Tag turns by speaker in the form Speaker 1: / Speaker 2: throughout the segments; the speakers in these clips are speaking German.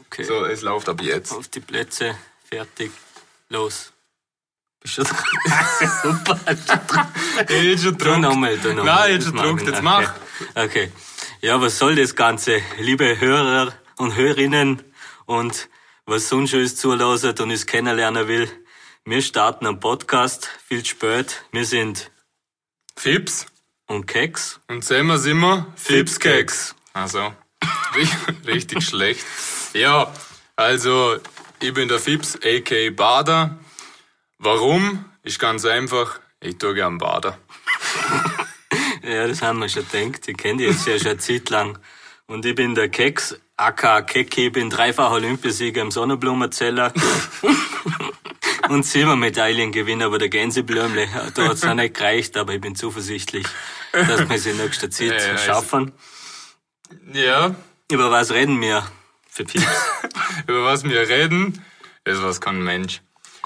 Speaker 1: Okay.
Speaker 2: So, es läuft ab jetzt.
Speaker 1: Auf die Plätze, fertig, los. Bist du dran? Super.
Speaker 2: Ey, jetzt schon
Speaker 1: Du
Speaker 2: dran.
Speaker 1: nochmal, du nochmal.
Speaker 2: Nein, jetzt schon
Speaker 1: Das mag
Speaker 2: gedruckt,
Speaker 1: ich nicht.
Speaker 2: jetzt mach.
Speaker 1: Okay. okay. Ja, was soll das Ganze? Liebe Hörer und Hörerinnen und was sonst schon ist zulässt und es kennenlernen will, wir starten einen Podcast, viel spät. Wir sind
Speaker 2: Fips.
Speaker 1: und Keks.
Speaker 2: Und sehen wir immer Fipskeks.
Speaker 1: Fipskeks.
Speaker 2: Also, ri- richtig schlecht. Ja, also, ich bin der Fips, a.k.a. Bader. Warum? Ist ganz einfach, ich tue gern Bader.
Speaker 1: Ja, das haben wir schon gedacht. Ich kenne die jetzt ja schon eine Zeit lang. Und ich bin der Keks, aka Keki, bin dreifacher Olympiasieger im Sonnenblumenzeller. Und Silbermedaillengewinner bei der Gänseblümle. Da hat's noch nicht gereicht, aber ich bin zuversichtlich, dass wir es in nächster Zeit
Speaker 2: Ja, ja,
Speaker 1: schaffen.
Speaker 2: Ja,
Speaker 1: Über was reden wir? Für Tipps.
Speaker 2: über was wir reden, ist was kein Mensch.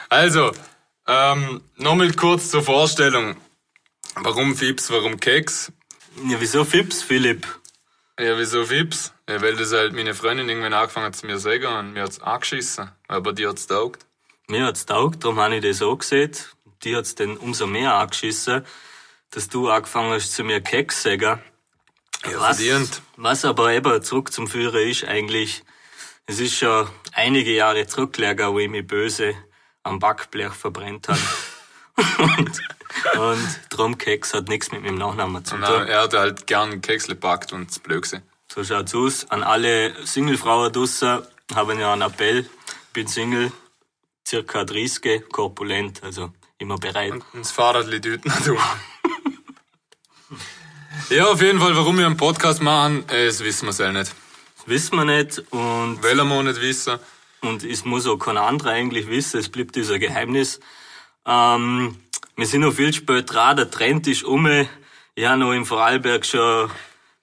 Speaker 2: Also, ähm, nochmal kurz zur Vorstellung. Warum Fips, warum Keks?
Speaker 1: Ja, wieso Fips, Philipp?
Speaker 2: Ja, wieso Fips? Ja, weil das halt meine Freundin irgendwann angefangen hat zu mir zu sagen und mir hat's angeschissen. Aber die hat's taugt.
Speaker 1: Mir hat's taugt, darum habe ich das auch gesehen. Die hat's dann umso mehr angeschissen, dass du angefangen hast zu mir Keks zu sagen.
Speaker 2: Ja,
Speaker 1: Was,
Speaker 2: verdient.
Speaker 1: was aber eben zurück zum Führer ist eigentlich, es ist schon einige Jahre zurückgelegen, wo ich mich böse am Backblech verbrennt habe. und, und drum Keks hat nichts mit meinem Nachnamen zu tun.
Speaker 2: Nein, er hat halt gern Keksle backt und das Blöckse.
Speaker 1: So schaut's aus. An alle Singlefrauen draussen haben ja einen Appell. Ich bin Single, circa 30, korpulent, also immer bereit.
Speaker 2: Und das Fahrrad liegt hinten du. ja, auf jeden Fall, warum wir einen Podcast machen, äh, das wissen wir selber nicht.
Speaker 1: Wissen wir nicht und
Speaker 2: Weil wir auch nicht wissen.
Speaker 1: und es muss auch keiner anderer eigentlich wissen, es bleibt dieser Geheimnis. Ähm, wir sind noch viel spät dran, der Trend ist um. Ich habe noch in Vorarlberg schon,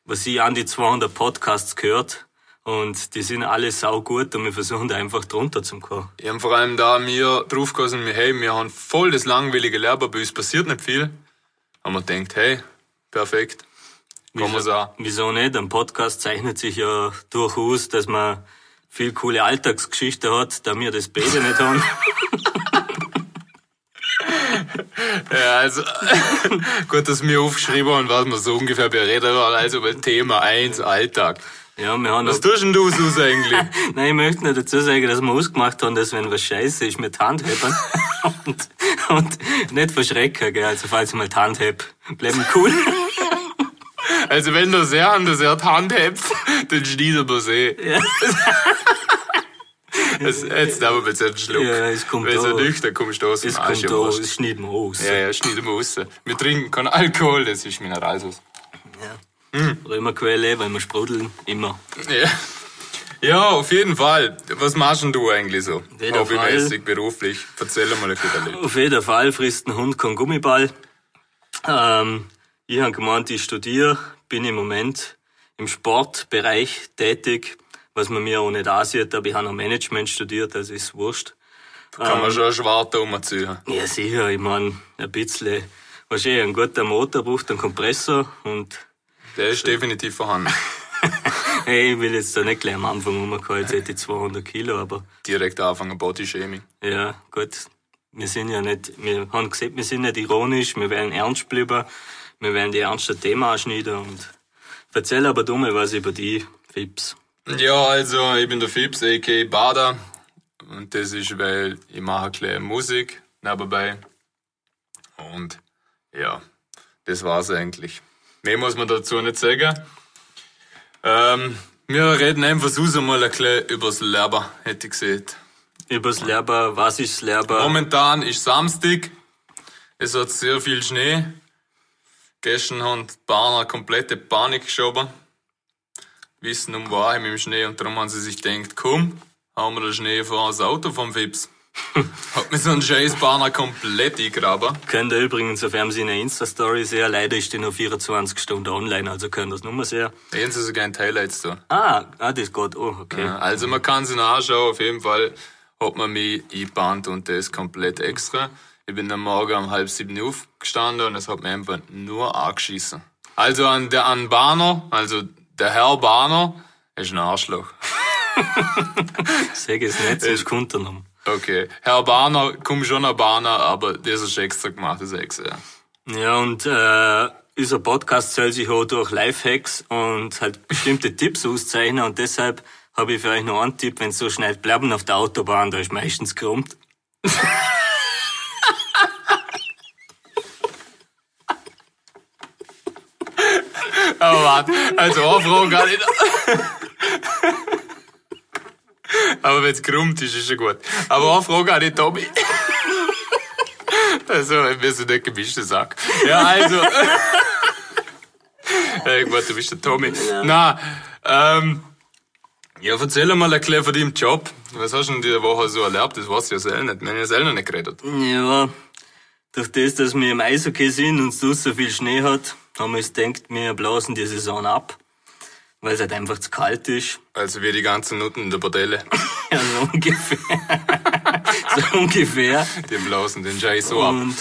Speaker 1: was ich, an die 200 Podcasts gehört. Und die sind alle saugut und wir versuchen da einfach drunter zu kommen.
Speaker 2: Ich hab vor allem da mir draufgesessen, wir, hey, wir haben voll das langweilige Leben, bei uns passiert nicht viel. Und man denkt, hey, perfekt. Kann man sagen.
Speaker 1: Wieso nicht? Ein Podcast zeichnet sich ja durchaus, dass man viel coole Alltagsgeschichte hat, da wir das Baby nicht haben.
Speaker 2: Ja, also, gut, dass wir aufgeschrieben haben, was wir so ungefähr bereden haben. Also, bei Thema 1, Alltag.
Speaker 1: Ja, wir haben
Speaker 2: Was
Speaker 1: auch-
Speaker 2: tust denn du, Sus, eigentlich?
Speaker 1: Nein, ich möchte nur dazu sagen, dass wir ausgemacht haben, dass wenn was scheiße ist, mit Hand heben. und, und nicht verschrecken, gell. Also falls ich mal die Hand heb, bleiben cool.
Speaker 2: Also wenn du sehr an der Hand handhebst, dann schneid aber See. Ja. Es, jetzt darf man jetzt einen Schluck.
Speaker 1: Ja, es kommt
Speaker 2: Wenn
Speaker 1: auch.
Speaker 2: du nicht, dann kommst du aus dem
Speaker 1: Es
Speaker 2: Arsch
Speaker 1: kommt
Speaker 2: im
Speaker 1: da,
Speaker 2: Arsch.
Speaker 1: es schneiden wir aus.
Speaker 2: Ja, ja, schneid mal raus. Wir trinken keinen Alkohol, das ist Mineralsauce.
Speaker 1: Römerquelle, weil wir sprudeln, immer.
Speaker 2: Ja. ja, auf jeden Fall. Was machst denn du eigentlich so?
Speaker 1: jeden
Speaker 2: Hobbymäßig, beruflich. Erzähl mal ein bisschen. davon.
Speaker 1: Auf jeden Fall frisst ein Hund keinen Gummiball. Ähm, ich habe gemeint, ich studiere, bin im Moment im Sportbereich tätig, was man mir auch nicht ansieht, aber ich habe noch Management studiert, also ist wurscht.
Speaker 2: Kann man schon einen Schwarten umziehen.
Speaker 1: Ja, sicher, ich mein, ein bisschen. Wahrscheinlich ein guter Motor braucht einen Kompressor und
Speaker 2: Der ist definitiv vorhanden.
Speaker 1: hey, ich will jetzt da nicht gleich am Anfang rumkommen, jetzt hätte ich 200 Kilo, aber
Speaker 2: Direkt anfangen, Bodyshaming.
Speaker 1: ja, gut. Wir sind ja nicht, wir haben gesehen, wir sind nicht ironisch, wir werden ernst bleiben, wir werden die ernsten Themen anschneiden und erzähl aber du mal was über die Fips.
Speaker 2: Ja, also ich bin der Fips, a.k.a. Bader. Und das ist, weil ich mache gleich Musik nebenbei. Und ja, das war's eigentlich. Mehr muss man dazu nicht sagen. Ähm, wir reden einfach so mal ein bisschen übers Leben, hätte ich gesehen.
Speaker 1: Übers Lerber, was ist Lerber?
Speaker 2: Momentan ist Samstag. Es hat sehr viel Schnee. Gestern haben die Bahner komplette Panik geschoben. Wissen um war mit dem Schnee und darum haben sie sich gedacht, komm, haben wir den Schnee vor das Auto vom Fips. hat mir so ein scheiß Bahner komplett eingraben.
Speaker 1: Könnt ihr übrigens auf Fernsehen Insta-Story sehen, leider ist die nur 24 Stunden online, also könnt ihr das nur mal sehen.
Speaker 2: Da haben sie sogar ein Highlights da.
Speaker 1: Ah, ah, das geht auch, okay.
Speaker 2: Also man kann sie nachschauen, auf jeden Fall hat man mich eingebannt und das komplett extra. Ich bin am Morgen um halb sieben aufgestanden und es hat mich einfach nur angeschissen. Also an der an Bahner, also der Herr Bahner, ist ein Arschloch.
Speaker 1: Sag es nicht, sonst kommt er noch.
Speaker 2: Okay. Herr Barner, komm schon Herr Barner, aber das ist extra gemacht, das ist extra. ja.
Speaker 1: Ja, und äh, unser Podcast soll sich auch durch Lifehacks und halt bestimmte Tipps auszeichnen. Und deshalb habe ich für euch noch einen Tipp, wenn es so schneit, bleiben auf der Autobahn, da ist meistens krummt.
Speaker 2: Aber warte, also Anfrage gar nicht. Aber wenn es krummt ist, ist schon gut. Aber Anfrage gar nicht, Tommy. Also, wir sind nicht gemischter Sack. Ja, also. Äh, gut, du bist der Tommy. Na, ähm. Ja, erzähl mal erklär von deinem Job. Was hast du denn diese Woche so erlebt? Das weiß ich ja selber nicht. Wir haben ja selber nicht geredet.
Speaker 1: Ja, durch das, dass wir im Eishockey sind und es dort so viel Schnee hat, haben wir uns gedacht, wir blasen die Saison ab, weil es halt einfach zu kalt ist.
Speaker 2: Also, wir die ganzen Nutten in der Bordelle.
Speaker 1: Ja, so ungefähr. so ungefähr.
Speaker 2: Die blasen den Scheiß so ab.
Speaker 1: Und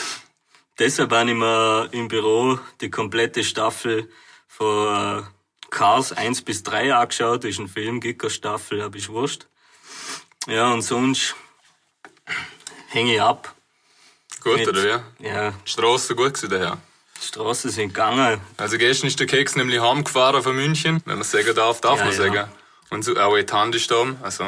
Speaker 1: deshalb habe ich mir im Büro die komplette Staffel von äh, Cars 1 bis 3 angeschaut. Das ist ein Film, Gicker-Staffel, hab ich wurscht. Ja, und sonst hänge ich ab.
Speaker 2: Gut,
Speaker 1: mit-
Speaker 2: oder wer?
Speaker 1: Ja,
Speaker 2: Die Straße gut gewesen daher.
Speaker 1: die Straßen sind gegangen.
Speaker 2: Also gestern ist der Keks nämlich heimgefahren von München. Wenn man sagen darf, darf
Speaker 1: Ja,
Speaker 2: man
Speaker 1: ja.
Speaker 2: sagen. Und so, auch die Hand ist da. Also.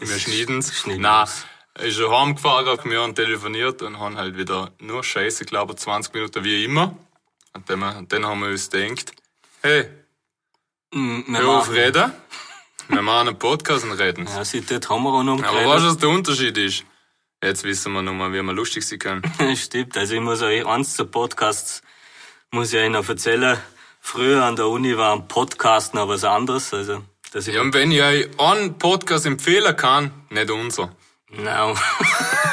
Speaker 2: wir schneiden's.
Speaker 1: Schneiden's.
Speaker 2: Nein, er ist er heimgefahren, wir haben telefoniert und haben halt wieder nur Scheiße gelabert, 20 Minuten wie immer. Und dann, und dann haben wir uns gedacht, hey,
Speaker 1: Mm, wir
Speaker 2: hör auf
Speaker 1: machen-
Speaker 2: reden. Wir machen einen Podcast und reden.
Speaker 1: Ja, seit dort haben wir auch noch
Speaker 2: Aber weißt
Speaker 1: geredet.
Speaker 2: du, was der Unterschied ist? Jetzt wissen wir nochmal, wie wir lustig sein können.
Speaker 1: Stimmt, also ich muss euch eins zu Podcasts, muss ich euch noch erzählen. Früher an der Uni war ein Podcast noch was anderes, also, dass ich,
Speaker 2: Ja, und wenn ich euch einen Podcast empfehlen kann, nicht unser.
Speaker 1: nein,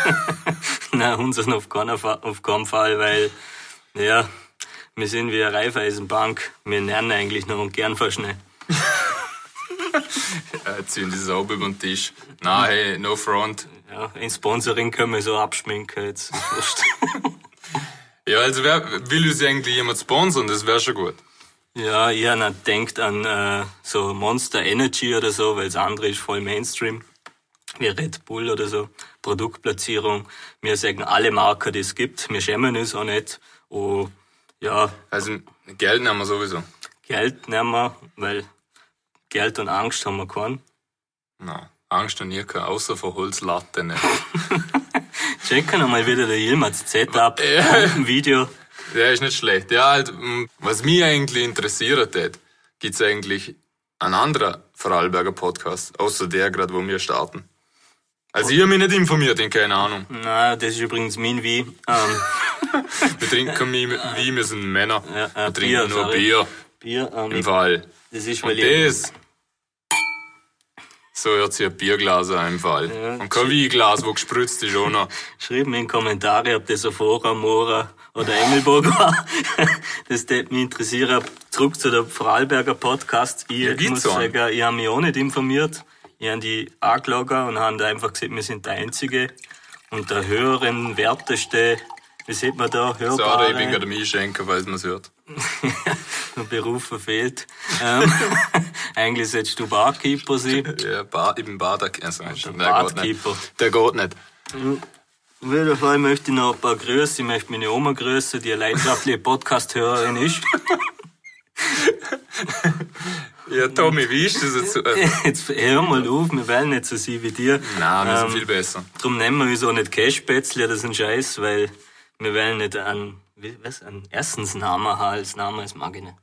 Speaker 1: nein, unseren auf keinen, Fall, auf keinen Fall, weil, ja, wir sind wie eine Raiffeisenbank, wir lernen eigentlich noch und gern verschnell.
Speaker 2: Äh, ziehen die Sau über den Tisch. Nein, hey, no front.
Speaker 1: Ja, in Sponsoring können wir so abschminken jetzt. Wurscht.
Speaker 2: Ja, also wer will uns eigentlich jemand sponsern? Das wäre schon gut.
Speaker 1: ja, ich hab noch denkt an äh, so Monster Energy oder so, weil das andere ist voll Mainstream. wie Red Bull oder so, Produktplatzierung. Wir sagen alle Marken, die es gibt. Wir schämen uns auch nicht. Oh, ja,
Speaker 2: Also Geld nehmen wir sowieso.
Speaker 1: Geld nehmen wir, weil Geld und Angst haben wir keinen.
Speaker 2: Nein. Angst und nie keine, außer vor Holzlatten.
Speaker 1: Checken einmal wieder der Yilmaz Setup im Video.
Speaker 2: Der ist nicht schlecht. Ja, halt, mm, was mich eigentlich interessiert hat, gibt's eigentlich einen anderen Vorarlberger Podcast, außer der gerade, wo wir starten. Also ich hab mich nicht informiert, in keine Ahnung.
Speaker 1: Na, das ist übrigens mein Wie. Ähm,
Speaker 2: Wir trinken wie, wie wir sind Männer.
Speaker 1: Ja, äh,
Speaker 2: wir trinken
Speaker 1: Bier,
Speaker 2: nur
Speaker 1: sorry.
Speaker 2: Bier.
Speaker 1: Bier, ähm,
Speaker 2: Im
Speaker 1: ich-
Speaker 2: Fall.
Speaker 1: das ist, weil
Speaker 2: Und
Speaker 1: ich,
Speaker 2: das. So hört sich ein Bierglas an im Fall.
Speaker 1: Ja.
Speaker 2: Und kein Weinglas, wo gespritzt ist auch noch.
Speaker 1: schreibt mir in Kommentare, ob das Afora, Mora oder Engelburg war. das würde mich interessieren. Zurück zu der Vorarlberger Podcast. Ich
Speaker 2: Ja, gibt's
Speaker 1: muss
Speaker 2: so einen?
Speaker 1: sagen, ich habe mich auch nicht informiert. Ich habe die angelogen und habe da einfach gesagt, wir sind der einzige und der höheren, werteste, wie sieht man da,
Speaker 2: Sorry, ich bin
Speaker 1: hörbare
Speaker 2: gerade am Einschenken, falls man es hört.
Speaker 1: Beruf verfehlt. Ähm, eigentlich solltest du Barkeeper sein.
Speaker 2: Ja, Bar, ich bin Bardak. Also, nein, der geht
Speaker 1: Barkeeper.
Speaker 2: nicht. Der geht nicht.
Speaker 1: Auf jeden Fall möchte ich noch ein paar Grüße. Ich möchte meine Oma grüßen, die eine leidenschaftliche Podcast-Hörerin ist.
Speaker 2: Ja, Tommy, wie ist das jetzt? so? Äh,
Speaker 1: Jetzt hör mal auf, wir wollen nicht so sein wie dir.
Speaker 2: nein, wir sind
Speaker 1: Ähm,
Speaker 2: viel besser.
Speaker 1: Drum nennen wir uns auch nicht Cashspätzle, das ist ein Scheiß, weil wir wollen nicht an, wie- was, an erstens Namen haben, als Name ist mag ich nicht.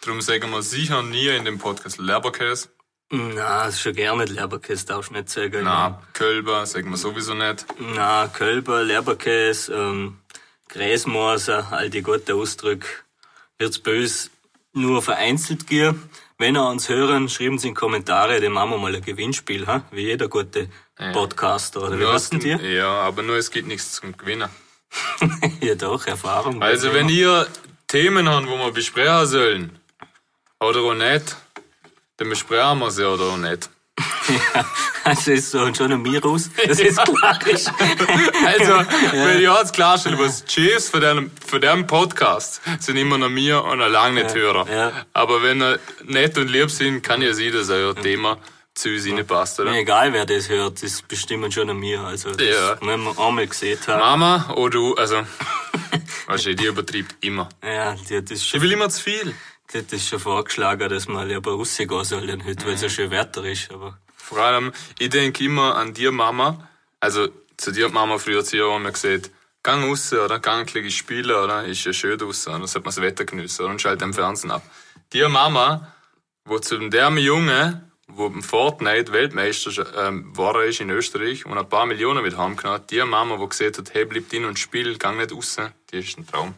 Speaker 2: Darum sagen wir sicher nie in dem Podcast Leberkäse.
Speaker 1: Na, ist schon gerne nicht Leberkäse, darfst du nicht sagen.
Speaker 2: Nein, Kölber sagen wir sowieso nicht.
Speaker 1: Na, Kölber, Leberkäse, ähm, Gräsmorser, all die guten Ausdrücke. Wird's böse nur vereinzelt gier. Wenn ihr uns hören, schreiben Sie in die Kommentare, dann machen wir mal ein Gewinnspiel, ha? wie jeder gute Podcaster. Oder wie heißt denn dir?
Speaker 2: Ja, aber nur es gibt nichts zum Gewinnen.
Speaker 1: Ja doch, Erfahrung.
Speaker 2: Also, wenn ihr Themen habt, wo wir besprechen sollen, oder auch nicht, dann besprechen wir sie oder auch nicht.
Speaker 1: Ja, das Also ist so schon ein Mirus. Das ist klassisch.
Speaker 2: Also, weil ich jetzt klarstellen muss, Cheers für den, für den Podcast sind immer noch mir und allein nicht Hörer.
Speaker 1: ja.
Speaker 2: Aber wenn er nett und lieb sind, kann ja sein, dass euer Thema zu uns passt, oder?
Speaker 1: Mir egal, wer das hört, das bestimmen schon an mir. Also, das,
Speaker 2: Ja.
Speaker 1: wenn wir einmal gesehen haben.
Speaker 2: Mama oder du, also, wahrscheinlich, die übertreibt immer.
Speaker 1: Ja, die hat das
Speaker 2: Ich
Speaker 1: schon,
Speaker 2: will immer zu viel.
Speaker 1: die hat das schon vorgeschlagen, dass man lieber rausgehen sollen heute,
Speaker 2: Mhm.
Speaker 1: weil es ja schön Wetter ist. Aber
Speaker 2: Vor allem, ich denke immer an dir, Mama. Also, zu dir hat Mama früher zu ihr immer gesagt, gang raus, oder? Gang klick spielen, oder? Ist ja schön draußen, oder? Sollte man das Wetter geniessen, oder? Und schalt den Fernsehen ab. Dir, Mama, wo zu dem Junge, wo im Fortnite Weltmeister ähm, war ist in Österreich und ein paar Millionen mit heimgenommen, die Mama, wo gesagt hat, hey, bleib drin und spiel, gang nicht raus, die ist ein Traum.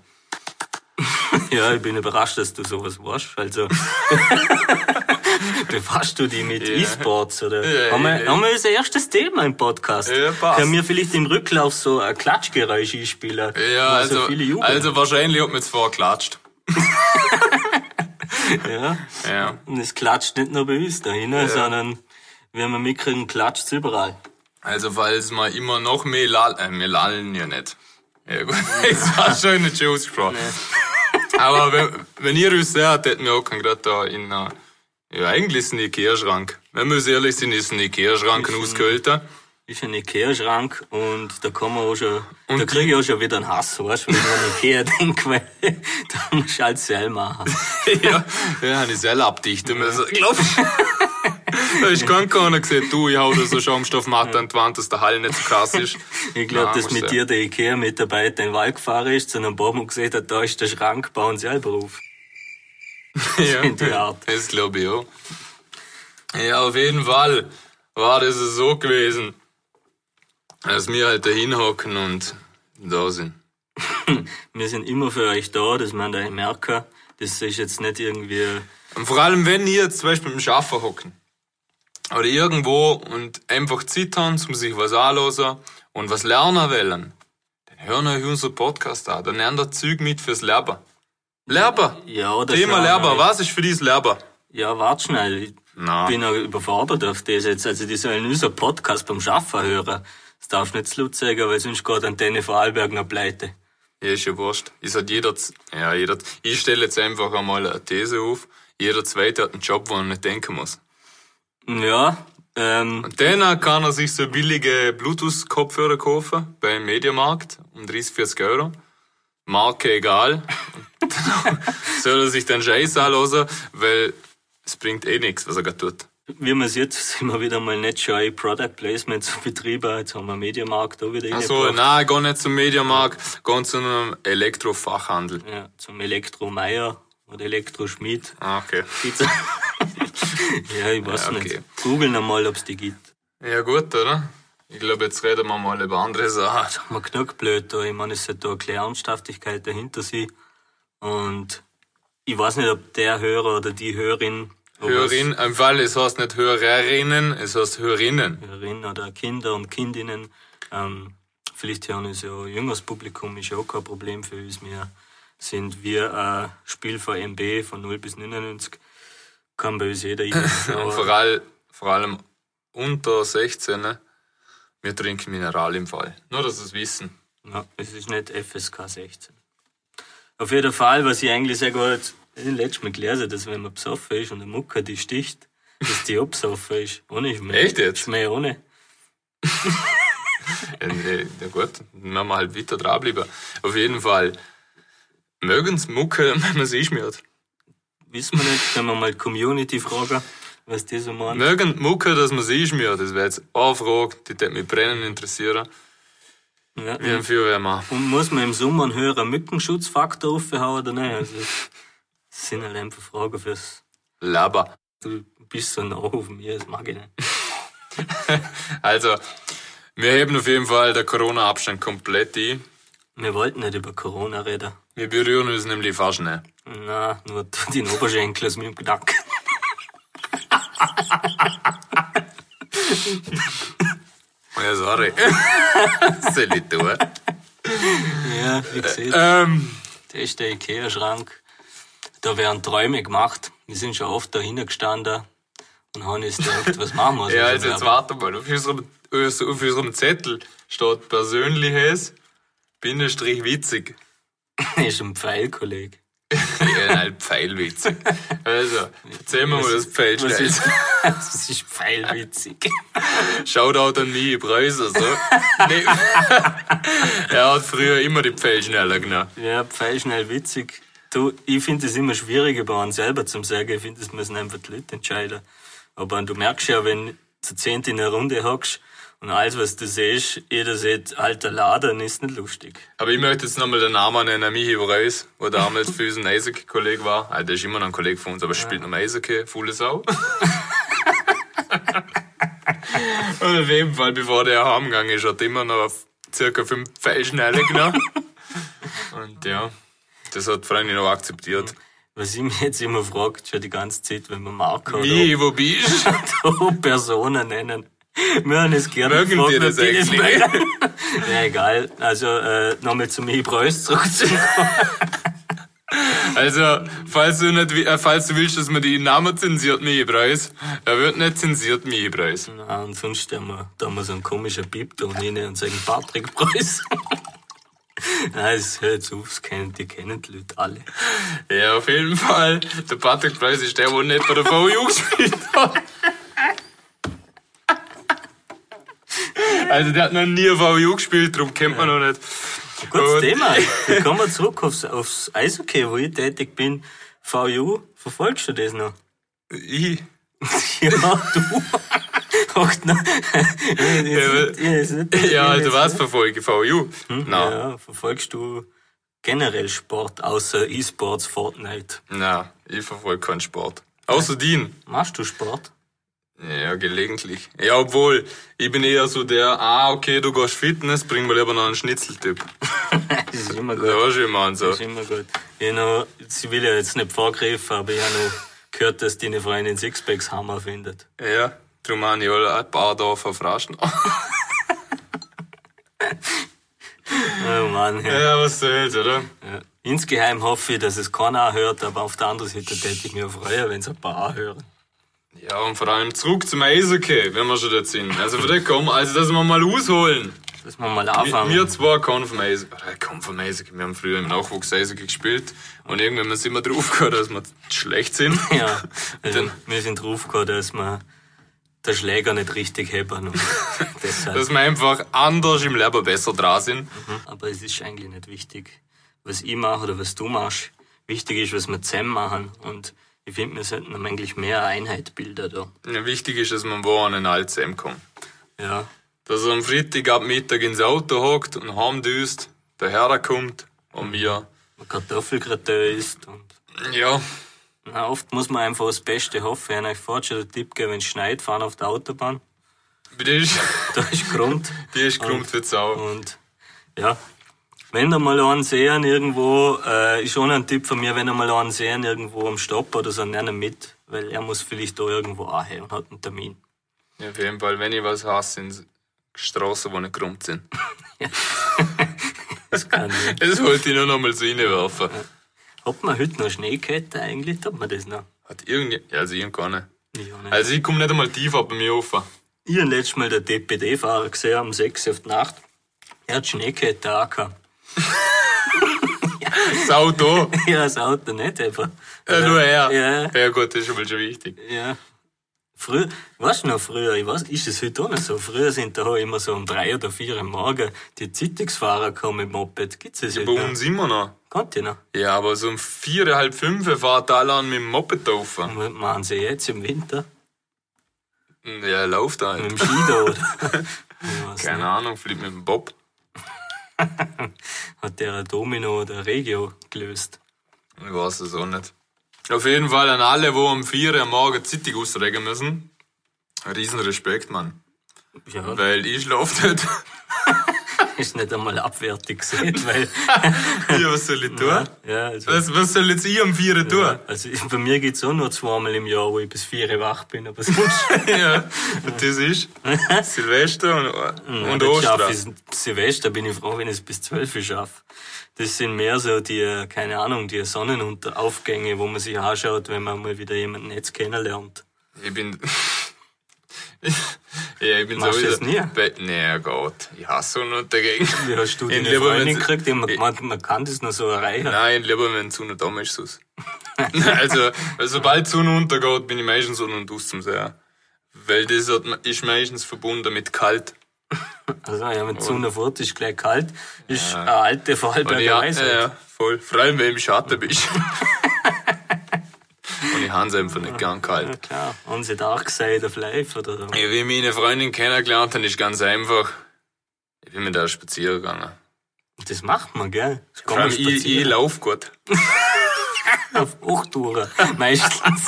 Speaker 1: ja, ich bin überrascht, dass du sowas warst. Also, befasst du dich mit E-Sports? Oder?
Speaker 2: Ja,
Speaker 1: haben, wir,
Speaker 2: ja, ja.
Speaker 1: haben wir unser erstes Thema im Podcast?
Speaker 2: Ja, passt.
Speaker 1: Können wir vielleicht im Rücklauf so ein Klatschgeräusch einspielen?
Speaker 2: Ja,
Speaker 1: weil
Speaker 2: also,
Speaker 1: so viele Jugend.
Speaker 2: also wahrscheinlich hat man jetzt vorgeklatscht.
Speaker 1: ja.
Speaker 2: Ja.
Speaker 1: Und es klatscht nicht nur bei uns da hinten, sondern wenn wir mitkriegen, klatscht es überall.
Speaker 2: Also falls man immer noch mehr lallen, äh, wir lallen ja nicht. Ja gut, das war schon nicht schön ausgesprochen. Aber wenn, wenn ihr uns seht, hätten wir auch gerade da in einer, ja eigentlich ist ein Ikea-Schrank. Wenn wir uns ehrlich sind, ist ein Ikea-Schrank ein ausgehöhlter.
Speaker 1: Ist ein Ikea-Schrank und da kann man auch schon, da kriege ich auch schon wieder einen Hass, weißt du, wenn ich an Ikea denke, weil da muss ich halt selber machen.
Speaker 2: ja, ja, habe ich selber abdichten müssen, glaub ich. Da ist gar keiner gesagt, du, ich hau da so Schaumstoffmatte an die Wand, dass der Hall nicht so krass ist.
Speaker 1: Ich glaube,
Speaker 2: Nein,
Speaker 1: dass
Speaker 2: muss
Speaker 1: mit
Speaker 2: sein.
Speaker 1: dir der Ikea-Mitarbeiter in den Wald gefahren ist, zu einem Baum und gesehen hat, da ist der Schrank, bauen sie selber auf. in die
Speaker 2: Ja,
Speaker 1: Art.
Speaker 2: das glaube ich auch. Ja, auf jeden Fall war das so gewesen, dass wir halt da hinhocken und da sind.
Speaker 1: Wir sind immer für euch da, dass man da merken, das ist jetzt nicht irgendwie,
Speaker 2: Und vor allem, wenn ihr zum Beispiel im Schafer hocken oder irgendwo und einfach zittern, um sich was anzuhören und was lernen wollen, dann hören euch unseren Podcast an. Dann lernt ihr Zeug mit fürs Lerben. Lerben!
Speaker 1: ja, oder?
Speaker 2: Thema
Speaker 1: schauen
Speaker 2: Lerben.
Speaker 1: euch-
Speaker 2: Was ist für dich das Lerben?
Speaker 1: Ja, warte schnell. Ich
Speaker 2: Na.
Speaker 1: bin ja überfordert auf das jetzt. Also, die sollen unseren Podcast beim Schaffen hören. Das darfst du nicht zu laut sagen, weil sonst geht Antenne von Alberg noch pleite.
Speaker 2: Ja, ist ja wurscht. Es hat jeder, z- ja, jeder, ich stelle jetzt einfach einmal eine These auf. Jeder Zweite hat einen Job, wo er nicht denken muss.
Speaker 1: Ja, ähm,
Speaker 2: Und dann kann er sich so billige Bluetooth-Kopfhörer kaufen beim Mediamarkt um 30, 40 Euro. Marke egal. Und dann Soll er sich den Scheiß anhören, weil es bringt eh nichts, was er gerade tut.
Speaker 1: wie man sieht, sind wir wieder mal nicht scheu Product Placement zu betreiben. Jetzt haben wir Mediamarkt da wieder
Speaker 2: Also,
Speaker 1: reingebracht.
Speaker 2: nein, geh nicht zum Mediamarkt, geh zu einem Elektrofachhandel.
Speaker 1: ja, Zum Elektromeier oder Elektroschmied.
Speaker 2: Ah, okay.
Speaker 1: Gibt's- ja, ich weiß
Speaker 2: Ja, okay.
Speaker 1: nicht. Googeln einmal, ob's die gibt.
Speaker 2: Ja, gut, oder? Ich glaube, jetzt reden wir mal über andere Sachen.
Speaker 1: Das haben wir genug blöd da. Ich meine, es hat da eine kleine Ernsthaftigkeit dahinter sie. Und ich weiß nicht, ob der Hörer oder die Hörerin, ob
Speaker 2: Hörerin, im Fall, es heißt nicht Hörerinnen, es heißt Hörerinnen.
Speaker 1: es Hörerin oder Kinder und Kindinnen, ähm, vielleicht hören uns ja auch jüngeres Publikum, ist ja auch kein Problem für uns mehr. Sind wir ein Spiel von MB von 0 bis 99, kann bei uns jeder rein.
Speaker 2: Und
Speaker 1: Aber
Speaker 2: vor, all, vor allem unter 16, ne? wir trinken Mineral im Fall. Nur, dass sie es wissen.
Speaker 1: Ja, es ist nicht FSK 16. Auf jeden Fall, was ich eigentlich sagen wollte, ich hab letztes Mal gelesen, dass wenn man besoffen ist und eine Mucke die sticht, dass die auch besoffen ist. Ohne Schmäh.
Speaker 2: Echt jetzt?
Speaker 1: Schmäh ohne.
Speaker 2: Ja, nee, ja gut, dann machen wir halt weiter dranbleiben. Auf jeden Fall, mögen sie Mucke, wenn man sie einschmiert.
Speaker 1: Wissen wir nicht, können wir mal die Community fragen, was die so meinen.
Speaker 2: Mögen die Mucke, dass man sie einschmiert. Das wäre jetzt eine Frage, die würde mich brennend interessieren.
Speaker 1: Ja.
Speaker 2: Wie viel wäre man?
Speaker 1: Und muss man im Sommer einen höheren Mückenschutzfaktor aufhauen oder nicht? Also, das sind halt einfach Fragen fürs.
Speaker 2: Laber.
Speaker 1: Du bist so nah auf mir, das mag ich nicht.
Speaker 2: Also, wir heben auf jeden Fall den Corona-Abstand komplett ein.
Speaker 1: Wir wollten nicht über Corona reden.
Speaker 2: Wir berühren uns nämlich fast nicht.
Speaker 1: Na, nur die Oberschenkel aus meinem Knack.
Speaker 2: Ja, sorry. Soll ich tun?
Speaker 1: Ja, wie gesagt.
Speaker 2: Ähm,
Speaker 1: Da ist der Ikea-Schrank. Da werden Träume gemacht. Wir sind schon oft da hingestanden Und habe ich gedacht, was machen wir?
Speaker 2: Ja, also jetzt warte mal. Auf unserem, also auf unserem Zettel steht Persönliches, Bindestrich witzig.
Speaker 1: Das ist ein Pfeil, Kollege.
Speaker 2: Ja, nein, Pfeilwitzig. Also, erzähl mir mal, was Pfeil
Speaker 1: Was
Speaker 2: schnell
Speaker 1: ist, das ist pfeilwitzig.
Speaker 2: Shoutout an mich, Preußer, so. Nee. er hat früher immer die Pfeilschneider genommen.
Speaker 1: Ja, pfeilschnell witzig. Du, ich finde es immer schwieriger bei uns selber zum sagen. Ich finde, das müssen einfach die Leute entscheiden. Aber du merkst ja, wenn zu zehnt in einer Runde hockst und alles, was du siehst, jeder sieht, alter Laden, ist nicht lustig.
Speaker 2: Aber ich möchte jetzt nochmal den Namen nennen, Michi Reus, der damals für unseren Eishockey-Kollege war. Ah, der ist immer noch ein Kollege von uns, aber spielt noch Eishockey, faule Sau. Und auf jeden Fall, bevor der heimgegangen ist, hat er immer noch circa fünf Pfeilschneider genommen. Und ja, das hat Freunde noch akzeptiert.
Speaker 1: Was ich mich jetzt immer frage, schon die ganze Zeit, wenn man Marco
Speaker 2: Michi, wo bist du?
Speaker 1: oder Personen nennen. Wir haben es gerne
Speaker 2: Mögen die das
Speaker 1: ob die das
Speaker 2: eigentlich?
Speaker 1: mögen. Ja, egal. Also, äh, nochmal zu mir Preuß zurückzukommen.
Speaker 2: Also, falls du, nicht, wi- äh, falls du willst, dass man die Namen zensiert, Michi Reus, er wird nicht zensiert, Michi Reus.
Speaker 1: Ah, und sonst stellen wir da mal so einen komischen Piepton rein und sagen Patrick Preuß. Nein, es hört jetzt auf, es kennen, die kennen die Leute alle.
Speaker 2: Ja, auf jeden Fall. Der Patrick Preuß ist der, der nicht bei der VU gespielt hat. Also, der hat noch nie VU gespielt, darum kennt man noch nicht.
Speaker 1: Gutes
Speaker 2: Gut.
Speaker 1: Thema. Dann kommen wir zurück aufs, aufs Eishockey, wo ich tätig bin. VU, verfolgst du das noch?
Speaker 2: Ich.
Speaker 1: Ja, du. Hockt noch. Ich bin jetzt nicht- ich bin jetzt nicht- ich bin
Speaker 2: Ja, also
Speaker 1: jetzt-
Speaker 2: was verfolge ich VU? Nein.
Speaker 1: Ja, verfolgst du generell Sport außer E-Sports, Fortnite?
Speaker 2: Nein, ich verfolge keinen Sport. Außer den.
Speaker 1: Machst du Sport?
Speaker 2: Ja, gelegentlich. Ja, obwohl, ich bin eher so der, ah, okay, du gehst Fitness, bring mir lieber noch einen Schnitzeltyp.
Speaker 1: Das ist immer gut.
Speaker 2: Da war schon mal so.
Speaker 1: Das ist immer gut. Ich noch, sie will ja jetzt nicht vorgreifen, aber ich habe noch gehört, dass deine Freundin Sixpacks Hammer findet.
Speaker 2: Ja, darum habe ich alle ein paar da verfraschen.
Speaker 1: Oh Mann. Ja.
Speaker 2: Ja, was soll's, oder?
Speaker 1: Ja. Insgeheim hoffe ich, dass es keiner auch hört, aber auf der anderen Seite täte ich mir freuen, wenn es ein paar auch hören.
Speaker 2: Ja, und vor allem zurück zum Eishockey, wenn wir schon dort sind. Also von der kommen, also dass wir mal ausholen.
Speaker 1: Dass wir mal
Speaker 2: Wir,
Speaker 1: anfangen.
Speaker 2: wir zwei kommen vom Eishockey, oder kommen vom Eishockey, wir haben früher im Nachwuchs Eishockey gespielt und irgendwann sind wir draufgekommen, dass wir schlecht sind.
Speaker 1: ja, also, wir sind draufgekommen, dass wir den Schläger nicht richtig heben. Und deshalb.
Speaker 2: Dass wir einfach anders im Leben besser dran sind.
Speaker 1: Aber es ist eigentlich nicht wichtig, was ich mache oder was du machst. Wichtig ist, was wir zusammen machen. Und ich finde, wir sollten eigentlich mehr Einheit bilden da.
Speaker 2: Ja, Wichtig ist, dass wir am Wochenende alle zusammenkommen.
Speaker 1: Ja,
Speaker 2: Dass er am Freitag ab Mittag ins Auto hockt und heimdüst, der Herr kommt und wir.
Speaker 1: man Kartoffelgratin isst und
Speaker 2: Ja,
Speaker 1: na, oft muss man einfach das Beste hoffen. Ich habe euch vorher schon den Tipp gegeben, wenn es schneit, fahren auf der Autobahn.
Speaker 2: die ist,
Speaker 1: Da ist Grund.
Speaker 2: die ist krummt für die Sau.
Speaker 1: Und ja, wenn ihr mal einen sehen irgendwo, äh, ist schon ein Tipp von mir, wenn ihr mal einen sehen irgendwo am Stopp oder so, nehmt ihn mit, weil er muss vielleicht da irgendwo anhören und hat einen Termin.
Speaker 2: Ja, auf jeden Fall, wenn ich was hasse, sind Straßen, die nicht krummt sind.
Speaker 1: Das kann ich.
Speaker 2: Das wollte ich nur noch mal so reinwerfen.
Speaker 1: Hat man heute noch Schneekette eigentlich? Hat man das noch?
Speaker 2: Hat irgend... Ja, also ich gar nicht.
Speaker 1: Ich auch nicht.
Speaker 2: Also ich komme nicht einmal tief ab bei mir rauf.
Speaker 1: ich habe letztes Mal den DPD-Fahrer gesehen, um 6 auf die Nacht. Er hat Schneekette auch gehabt.
Speaker 2: Das Auto,
Speaker 1: Ja, das Auto nicht, aber.
Speaker 2: äh, nur her.
Speaker 1: Ja,
Speaker 2: Ja gut, das ist aber schon wichtig.
Speaker 1: ja. Früher, weißt du noch früher, ich weiß, ist es heute auch noch so? Früher sind da immer so um drei oder vier am Morgen die Zeitungsfahrer gekommen im Moped. Gibt's das
Speaker 2: Bei
Speaker 1: heute noch?
Speaker 2: uns immer um noch.
Speaker 1: Kommt die noch?
Speaker 2: Ja, aber so um vier, halb fünf fahrt alle an mit dem Moped rauf.
Speaker 1: Was Machen sie jetzt im Winter?
Speaker 2: Ja, läuft
Speaker 1: Mit
Speaker 2: halt.
Speaker 1: dem Ski da, oder? Ich weiß
Speaker 2: Keine Ahnung, vielleicht mit dem Bob.
Speaker 1: nicht. Hat der ein Domino oder ein Regio gelöst?
Speaker 2: Ich weiß es auch nicht. Auf jeden Fall an alle, die um vier am Morgen die Zeitung ausregen müssen. Riesen Respekt, Mann.
Speaker 1: Ja,
Speaker 2: Weil ich schlafe nicht.
Speaker 1: ist nicht einmal abwertig gesehen, weil.
Speaker 2: ja, was soll ich tun?
Speaker 1: Ja, also,
Speaker 2: Was, was soll jetzt ich am vier tun?
Speaker 1: also bei mir geht's auch nur zweimal im Jahr, wo ich bis vier Uhr wach bin, aber sonst.
Speaker 2: Ja, und das ist Silvester und, und
Speaker 1: das schaff
Speaker 2: Ostern.
Speaker 1: ich Silvester bin ich froh, wenn ich es bis zwölf schaffe. Das sind mehr so die, äh, keine Ahnung, die Sonnenuntergänge, wo man sich anschaut, wenn man mal wieder jemanden jetzt kennenlernt.
Speaker 2: Ich bin. ja, ich bin
Speaker 1: Machst du
Speaker 2: sowieso.
Speaker 1: das nie?
Speaker 2: Bei, nee, oh Gott. Ich hasse nur dagegen.
Speaker 1: Wie hast du
Speaker 2: In
Speaker 1: deine
Speaker 2: Lebanon-
Speaker 1: Freundin gekriegt? Die haben gemeint, man kann das nur so erreichen.
Speaker 2: Nein, lieber wenn zu und dumm ist es. also, weil sobald die Sonne untergeht, bin ich meistens un und aus zum See. Weil das hat, ma- ist meistens verbunden mit kalt.
Speaker 1: Also, ja, wenn die Sonne fort ist, gleich kalt, ist eine alte
Speaker 2: Und
Speaker 1: Vorarlberger
Speaker 2: ja, äh,
Speaker 1: Weisheit.
Speaker 2: ja, ja, voll. Vor allem, wenn du im Schatten bist. und ich habe es einfach nicht gern kalt.
Speaker 1: Klar, haben sie Dark Side of Life oder so.
Speaker 2: Ja, wie ich meine Freundin kennengelernt habe, ist ganz einfach. Ich bin mit der spazieren gegangen.
Speaker 1: Das macht man, gell? Das
Speaker 2: Vor
Speaker 1: kann man
Speaker 2: allem, ich, ich
Speaker 1: spazieren.
Speaker 2: laufe gut.
Speaker 1: Auf Hochtouren, meistens.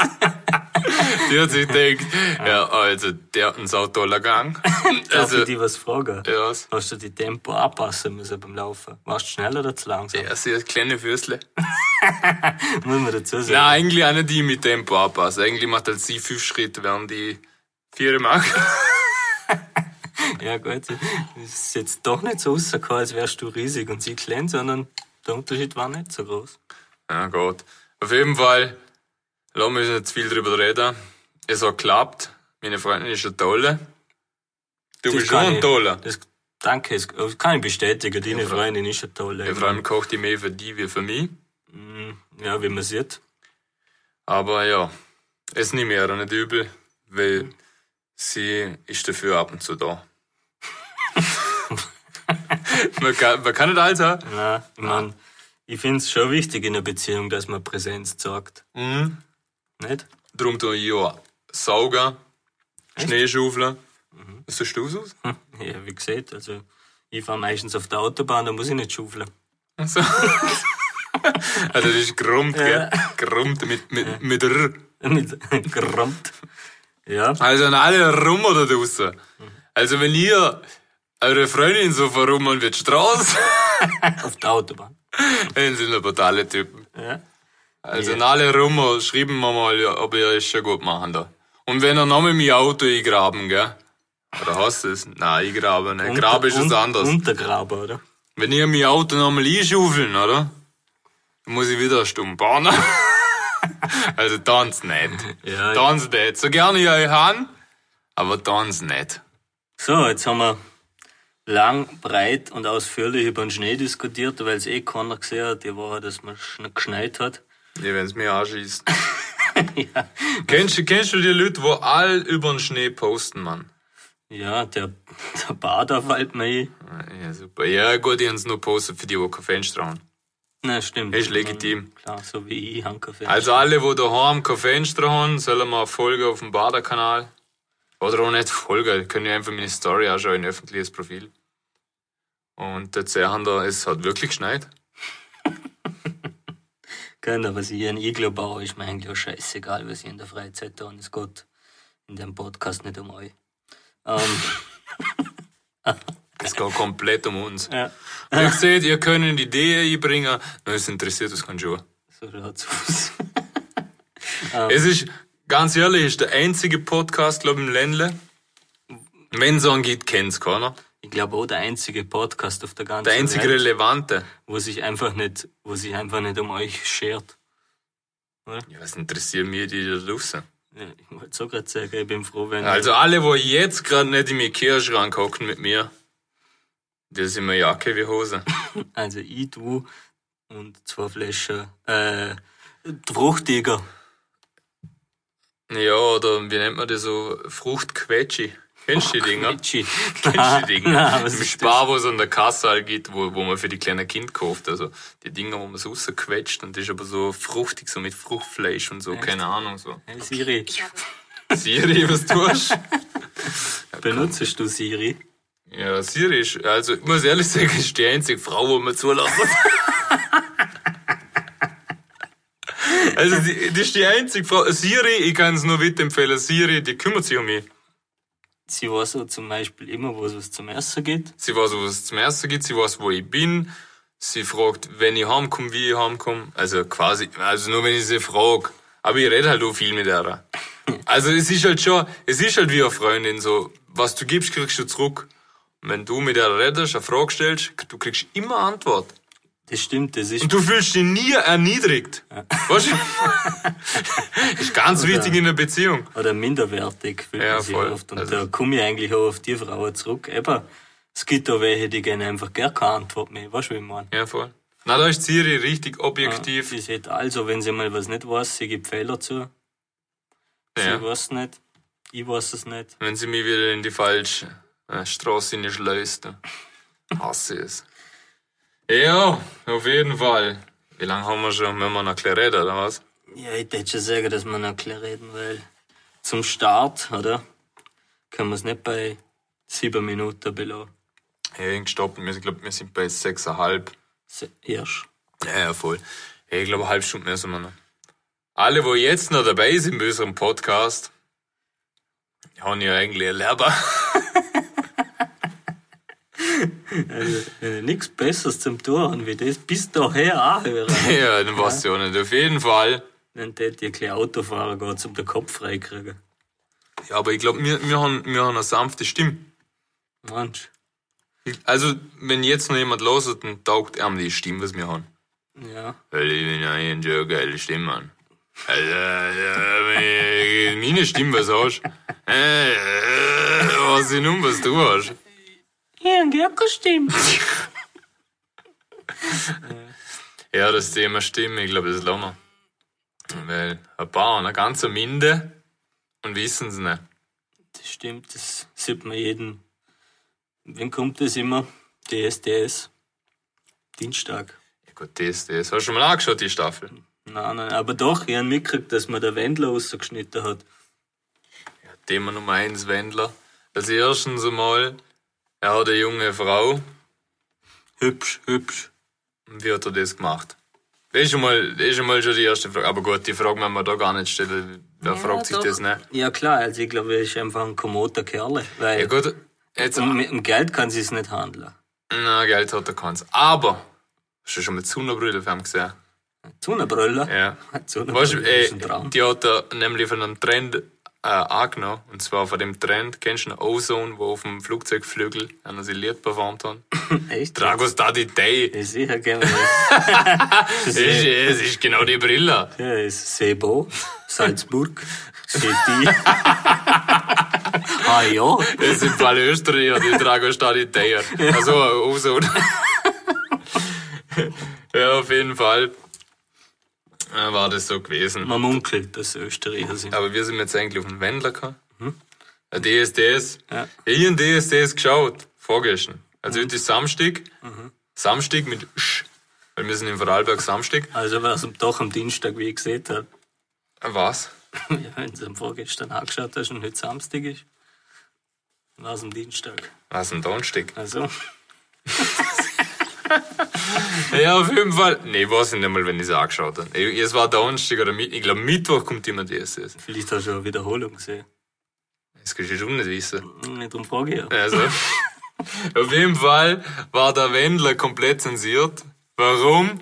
Speaker 2: Die hat sich gedacht, ja, also, der hat einen sautoller Gang.
Speaker 1: Darf
Speaker 2: Also,
Speaker 1: ich dich was fragen?
Speaker 2: ja,
Speaker 1: Hast du die Tempo anpassen müssen beim Laufen? Warst du schnell oder zu langsam?
Speaker 2: ja, sie hat kleine Füßle.
Speaker 1: Muss man dazu sagen.
Speaker 2: Nein, eigentlich auch nicht die mit Tempo anpassen. Eigentlich macht halt sie fünf Schritte, während ich vier mache.
Speaker 1: Ja gut, es ist jetzt doch nicht so rausgekommen, als wärst du riesig und sie klein, sondern der Unterschied war nicht so groß.
Speaker 2: Ja, Gott. Auf jeden Fall, lassen wir uns nicht zu viel drüber reden. Es hat geklappt. Meine Freundin ist eine tolle. Du
Speaker 1: Das
Speaker 2: bist schon
Speaker 1: kann
Speaker 2: ein
Speaker 1: ich-
Speaker 2: toller.
Speaker 1: Das, danke, das kann ich bestätigen, deine
Speaker 2: Ja, Frau-
Speaker 1: Freundin ist eine tolle.
Speaker 2: Ja, Vor allem kocht die mehr für die wie für mich.
Speaker 1: Ja, wie man sieht.
Speaker 2: Aber ja, es nimmt mir auch nicht übel, weil sie ist dafür ab und zu da. man, kann, man kann nicht alles haben.
Speaker 1: Ja, ich mein, ich finde es schon wichtig in einer Beziehung, dass man Präsenz zeigt.
Speaker 2: Mhm.
Speaker 1: Nicht?
Speaker 2: Darum tue ich ja saugen, Schneeschaufeln. Was tust du aus?
Speaker 1: Hm, Ja, wie gesagt, also ich fahre meistens auf der Autobahn, da muss ich nicht schaufeln.
Speaker 2: Also, also das ist grummt, gell? Grummt mit, mit, mit R.
Speaker 1: Mit gerammt. Ja,
Speaker 2: Also an alle rum da draußen. Also wenn ihr eure Freundin so verrummeln wird Straße,
Speaker 1: auf der Autobahn.
Speaker 2: dann sind wir brutale Typen.
Speaker 1: Ja.
Speaker 2: Also an alle rum, schreiben wir mal, ja, ob ihr es schon gut machen da. Und wenn ihr noch mit mein Auto eingraben, gell? Oder hast du es? Nein, eingraben nicht. Graben ist was
Speaker 1: Unter-
Speaker 2: anderes.
Speaker 1: Untergraben, oder?
Speaker 2: Wenn ihr mein Auto nochmal einschaufeln, oder? Dann muss ich wieder eine Stunde bahnen. also tanz nicht.
Speaker 1: Ja,
Speaker 2: Tanz nicht. So gerne ich euch han, aber tanz nicht.
Speaker 1: So, jetzt haben wir lang, breit und ausführlich über den Schnee diskutiert, weil es eh keiner gesehen hat, die Woche, dass man schn- geschneit hat.
Speaker 2: Ja, wenn's mir anschießt.
Speaker 1: ja.
Speaker 2: kennst, du- kennst du die Leute, wo all über den Schnee posten, Mann?
Speaker 1: ja, der, der Bader fällt mir ein.
Speaker 2: Ja, super. Ja, gut, ich hab's nur postet für die, die kein Fenster haben.
Speaker 1: Na, stimmt.
Speaker 2: Ist legitim.
Speaker 1: Klar, so wie ich, Hankerfest.
Speaker 2: Also alle, die daheim kein Fenster haben, sollen mal folgen auf dem Baderkanal. Oder auch nicht folgen, können ja einfach meine Story anschauen, ein öffentliches Profil. Und dort sehen da, es hat wirklich geschneit.
Speaker 1: Gell, aber was ich hier in Iglo baue, ist mir eigentlich auch scheißegal, was ich in der Freizeit tue. Und es geht in dem Podcast nicht um euch. Ähm,
Speaker 2: Es geht komplett um uns.
Speaker 1: ja,
Speaker 2: Ihr seht, ihr könnt Ideen einbringen, nur es interessiert uns keinen Schuh.
Speaker 1: so schaut's aus.
Speaker 2: Es ist, ganz ehrlich, ist der einzige Podcast, glaube ich, im Ländle. Wenn es einen gibt, kennt es keiner.
Speaker 1: Ich glaube auch der einzige Podcast auf der ganzen
Speaker 2: Der einzige
Speaker 1: Welt,
Speaker 2: relevante.
Speaker 1: wo sich einfach nicht, wo sich einfach nicht um euch schert.
Speaker 2: Ja, was interessieren mir die da draußen?
Speaker 1: Ja, Ich wollte so gerade sagen, ich bin froh, wenn
Speaker 2: Also alle, wo jetzt gerade nicht im Ikea-Schrank hocken mit mir, das sind mir Jacke wie Hose.
Speaker 1: also ich du und zwei Flaschen äh, Fruchtiger.
Speaker 2: Ja, oder wie nennt man das so? Fruchtquetschi. Kennst du die Dinger?
Speaker 1: Quetschi.
Speaker 2: Kennst du die
Speaker 1: Na,
Speaker 2: Dinger?
Speaker 1: was
Speaker 2: Im
Speaker 1: ist
Speaker 2: Spar, wo es an der Kasse halt gibt, wo, wo man für die kleinen Kinder kauft. Also die Dinger, wo man so rausquetscht und das ist aber so fruchtig, so mit Fruchtfleisch und so, keine Ahnung. so.
Speaker 1: Hey, Siri,
Speaker 2: Siri, was tust du?
Speaker 1: benutzest du Siri?
Speaker 2: Ja, Siri ist, also ich muss ehrlich sagen, ist die einzige Frau, wo man zulassen. also die, die ist die einzige Frau. Siri, ich kann es nur weiterempfehlen. Siri, die kümmert sich um mich.
Speaker 1: Sie weiß so zum Beispiel immer, wo es was zum Essen gibt.
Speaker 2: Sie weiß, wo es zum Ersten gibt, sie weiß, wo ich bin. Sie fragt, wenn ich heimkomme, wie ich heimkomme. Also quasi, also nur wenn ich sie frage. Aber ich rede halt auch viel mit ihr. Also es ist halt schon, es ist halt wie eine Freundin so, was du gibst, kriegst du zurück. Und wenn du mit ihr redest, eine Frage stellst, du kriegst immer eine Antwort.
Speaker 1: Das stimmt, das ist.
Speaker 2: Und du fühlst dich nie erniedrigt. Weißt du? ist ganz wichtig in einer Beziehung.
Speaker 1: Oder minderwertig fühlt
Speaker 2: Ja,
Speaker 1: man sich
Speaker 2: voll.
Speaker 1: oft. Und
Speaker 2: Also-
Speaker 1: da komme ich eigentlich auch auf die Frauen zurück. Eben, es gibt da welche, die gehen einfach gar keine Antwort mehr. Weißt du, wie ich meine?
Speaker 2: Ja, voll. Ah, Na, da ist Siri richtig objektiv.
Speaker 1: Die sagt, also, wenn sie mal was nicht weiß, sie gibt Fehler zu. Sie
Speaker 2: Ja.
Speaker 1: weiß nicht. Ich weiß es nicht.
Speaker 2: Wenn sie mich wieder in die falsche äh, Straße schleust, dann hasse ich es. Ja, auf jeden Fall. Wie lange haben wir schon? Wenn wir noch gleich reden, oder was?
Speaker 1: Ja, ich würde schon sagen, dass wir noch klar reden, weil zum Start, oder? Können wir es nicht bei sieben Minuten belassen.
Speaker 2: Hey, gestoppt. Wir- Ich glaube, wir sind bei sechseinhalb.
Speaker 1: Se- Erst.
Speaker 2: Ja, ja, voll. Hey, ich glaube, eine halbe Stunde mehr sind wir noch. Alle, die jetzt noch dabei sind bei unserem Podcast, haben ja eigentlich ein Lehrer.
Speaker 1: Also, wenn ich nichts Besseres zum Tun habe, wie das bis daher anhören.
Speaker 2: ja, dann weißt du ja nicht. Auf jeden Fall.
Speaker 1: Dann tät ich gleich Autofahrer gehen, um den Kopf freikriegen.
Speaker 2: Ja, aber ich glaube, wir, wir, haben, wir haben eine sanfte Stimme.
Speaker 1: Mensch.
Speaker 2: Ich- Also, wenn jetzt noch jemand loset, dann taugt ihm die Stimme, was wir haben.
Speaker 1: Ja.
Speaker 2: Weil ich bin ja eh eigentlich eine geile Stimme, Mann. Also, äh, wenn ich meine Stimme, was hast du? Äh, äh, Was ich nun, was du hast?
Speaker 1: Ja, und ja, stimmt.
Speaker 2: Ja, das Thema Stimme, ich glaube, das lassen wir. Weil ein paar, ne, eine ganze Minde und wissen es nicht.
Speaker 1: Das stimmt, das sieht man jeden. Wann kommt das immer? DSDS. Dienstag.
Speaker 2: Ja gut, das, das. Hast du schon mal angeschaut, die Staffel?
Speaker 1: Nein, nein, aber doch, ich habe mitgekriegt, dass man der Wendler rausgeschnitten hat.
Speaker 2: Thema Nummer eins Wendler. Also erstens einmal, er hat eine junge Frau.
Speaker 1: Hübsch, hübsch.
Speaker 2: Und wie hat er das gemacht? Das ist schon mal, das ist schon, mal schon die erste Frage. Aber gut, die Frage werden wir da gar nicht stellen. Da fragt sich
Speaker 1: doch.
Speaker 2: das ne? nicht.
Speaker 1: Ja klar, also ich glaube, er ist einfach ein kommoder Kerl. Weil
Speaker 2: Ja gut, jetzt,
Speaker 1: um- mit dem Geld kann sie es nicht handeln.
Speaker 2: na, Geld hat er keins. Aber, hast du schon mal Zunabrüderfilm gesehen?
Speaker 1: Zunebrüller?
Speaker 2: Ja.
Speaker 1: Zunebrüller
Speaker 2: Weißt du,
Speaker 1: ist
Speaker 2: ey,
Speaker 1: ein Traum.
Speaker 2: die hat da nämlich von einem Trend äh, angenommen. Und zwar von dem Trend, kennst du den Ozone, wo auf dem Flugzeugflügel einer sein Lied performt hat?
Speaker 1: Echt?
Speaker 2: Dragostati Day.
Speaker 1: Ich sicher gerne.
Speaker 2: Es ist, es ist genau die Brille.
Speaker 1: Ja, ist Sebo, Salzburg, City. ah ja,
Speaker 2: Das sind alle Österreicher, die Dragostati Day. Also Ozone. ja, auf jeden Fall äh, war das so gewesen.
Speaker 1: man munkelt, dass Österreicher sind.
Speaker 2: Aber wir sind jetzt eigentlich auf den Wendler gekommen. Ein DSDS.
Speaker 1: Ja.
Speaker 2: Ich habe DSDS geschaut, vorgestern. Also heute ist Samstag. Samstag mit Sch. Weil wir sind in Vorarlberg Samstag.
Speaker 1: Also war es doch am Dienstag, wie ich gesehen habe.
Speaker 2: Äh, Was?
Speaker 1: Ja, Wenn du es am vorgestern angeschaut hast und heute Samstag ist, war es am Dienstag.
Speaker 2: Was ein Donnerstag?
Speaker 1: Also,
Speaker 2: Ja, auf jeden Fall. Nee, weiß ich nicht mal, wenn ich es angeschaut habe. Ich- Es war Donnerstag oder Mittwoch. Ich glaube, Mittwoch kommt immer DSDS.
Speaker 1: vielleicht hast du eine Wiederholung gesehen.
Speaker 2: Das kannst du schon nicht wissen.
Speaker 1: Nicht um Frage her.
Speaker 2: Also, auf jeden Fall war der Wendler komplett zensiert. Warum?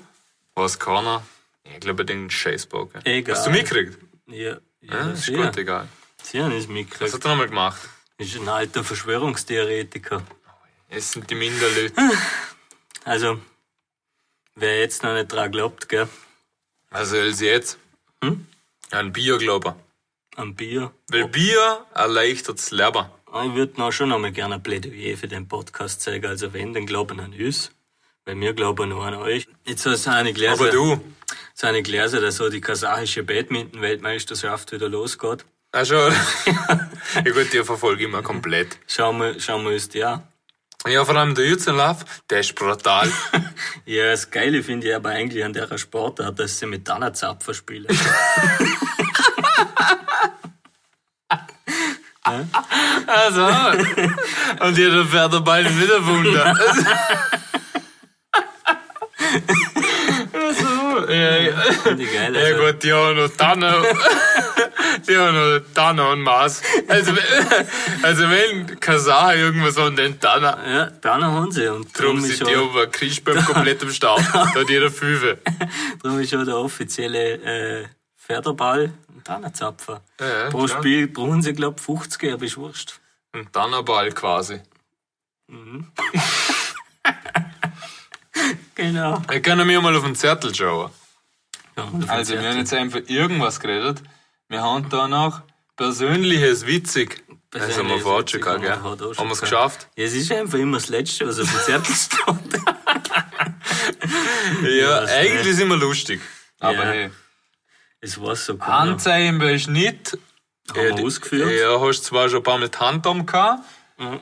Speaker 2: Was kann er? Ich glaube, den Scheißbock.
Speaker 1: Egal.
Speaker 2: Hast du mitgekriegt?
Speaker 1: Ja,
Speaker 2: Ja,
Speaker 1: ja,
Speaker 2: Ah, ist
Speaker 1: sehr.
Speaker 2: gut, Also egal.
Speaker 1: Sie haben es
Speaker 2: Was
Speaker 1: mitgekriegt.
Speaker 2: hat er nochmal gemacht?
Speaker 1: Ist ein alter Verschwörungstheoretiker.
Speaker 2: Es sind die Minderlöte.
Speaker 1: Also, wer jetzt noch nicht dran glaubt, gell,
Speaker 2: Was soll sie Also, jetzt? Hm? Oh. Ein Bier, glaube ich.
Speaker 1: am Bier,
Speaker 2: Weil Bier erleichtert das Leben.
Speaker 1: Ah, Ich würde noch schon einmal gerne ein Plädoyer für den Podcast zeigen. Also wenn, dann glauben an uns. Weil wir glauben nur an euch. Jetzt hast du eine Gläser,
Speaker 2: Aber du,
Speaker 1: so eine Gläser, dass so die kasachische Badminton-Weltmeisterschaft wieder losgeht.
Speaker 2: ach schon. ja gut, die verfolge ich immer komplett.
Speaker 1: Schauen wir, schauen wir uns die an.
Speaker 2: Ja, vor allem der Jützenlauf, der ist brutal.
Speaker 1: Ja, das Geile finde ich aber eigentlich an der Sportart, dass sie mit einer Zapfer spielen.
Speaker 2: Also, und jeder fährt der Ball wieder Wunder. Also, ja, ja.
Speaker 1: Finde ich geil.
Speaker 2: ja
Speaker 1: Also,
Speaker 2: gut, die haben noch Tanne. Die haben noch Tanne und Maß. Also, wenn- also wenn Kasar irgendwas an den Tanner.
Speaker 1: Ja, dann haben sie. Und
Speaker 2: Drum
Speaker 1: drum ist,
Speaker 2: sind die
Speaker 1: schon,
Speaker 2: aber Christbaum komplett im Stau. Da hat jeder Fünfe.
Speaker 1: drum ist schon der offizielle äh, Förderball und dann ein Zapfer.
Speaker 2: Ja, ja,
Speaker 1: Pro
Speaker 2: klar.
Speaker 1: Spiel brauchen sie, glaube ich, 50, aber ist wurscht.
Speaker 2: Ein Tannerball quasi.
Speaker 1: Genau.
Speaker 2: Ich kann mir mal auf den Zettel schauen.
Speaker 1: Ja, und auf
Speaker 2: Also, wir haben
Speaker 1: Konzerte.
Speaker 2: jetzt einfach irgendwas geredet. Wir haben da noch Persönliches witzig. das haben wir
Speaker 1: Persönliches
Speaker 2: vorher schon
Speaker 1: witzig
Speaker 2: gehabt, gell?
Speaker 1: haben wir
Speaker 2: Haben
Speaker 1: vorher auch
Speaker 2: wir
Speaker 1: schon
Speaker 2: es
Speaker 1: gehabt.
Speaker 2: geschafft?
Speaker 1: Ja, es ist einfach immer das Letzte, was auf dem Zettel steht.
Speaker 2: Ja,
Speaker 1: das
Speaker 2: eigentlich sind wir lustig. Aber
Speaker 1: Ja.
Speaker 2: hey.
Speaker 1: Es war so cool.
Speaker 2: Anzeichen bei Schnitt.
Speaker 1: wir ausgeführt.
Speaker 2: Äh, Ja, hast zwar schon ein paar mit Hand am gehabt.
Speaker 1: Mhm.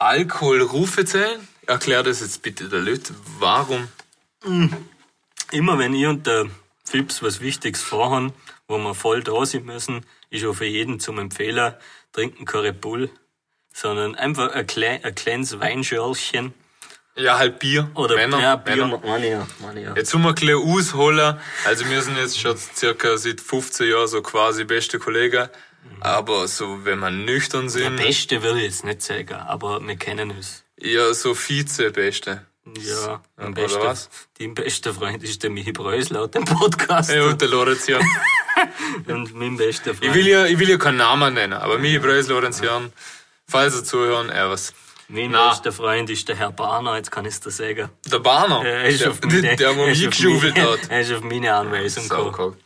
Speaker 2: Alkohol, Rufezeichen. Erklär das jetzt bitte der Leute. Warum?
Speaker 1: Immer wenn ich und der Fips was Wichtiges vorhaben, wo wir voll da sind müssen, ist auch für jeden zum Empfehler, trinken keine Red Bull, sondern einfach ein, klein, ein kleines Weinschörlchen
Speaker 2: Ja, halt Bier.
Speaker 1: oder
Speaker 2: Männer.
Speaker 1: ja, Bier.
Speaker 2: Männer.
Speaker 1: Meine ich ja, meine ich ja.
Speaker 2: Jetzt sind wir ein bisschen ausholen. Also, wir sind jetzt schon circa seit 15 Jahren so quasi beste Kollegen.
Speaker 1: Mhm.
Speaker 2: Aber so, wenn wir nüchtern sind,
Speaker 1: Beste würde ich jetzt nicht sagen, aber wir kennen es.
Speaker 2: ja, so Vize-Beste.
Speaker 1: Ja,
Speaker 2: oder
Speaker 1: mein bester,
Speaker 2: was?
Speaker 1: Dein bester Freund ist der Michi Preuß laut dem Podcast.
Speaker 2: Ja, und der Lorenzian.
Speaker 1: Und mein bester
Speaker 2: Ich
Speaker 1: Freund.
Speaker 2: will ja, ich will ja keinen Namen nennen, aber Michi Preis, Lorenzian, falls ihr zuhören, er was.
Speaker 1: mein
Speaker 2: Na.
Speaker 1: bester Freund ist der Herr Barner, jetzt kann ich es dir sagen.
Speaker 2: Der Barner,
Speaker 1: Er ist
Speaker 2: der,
Speaker 1: auf meine,
Speaker 2: der, der mir
Speaker 1: er ist auf
Speaker 2: eingeschufelt
Speaker 1: meine-
Speaker 2: hat.
Speaker 1: Er ist auf meine Anweisung gekommen.
Speaker 2: Saukack.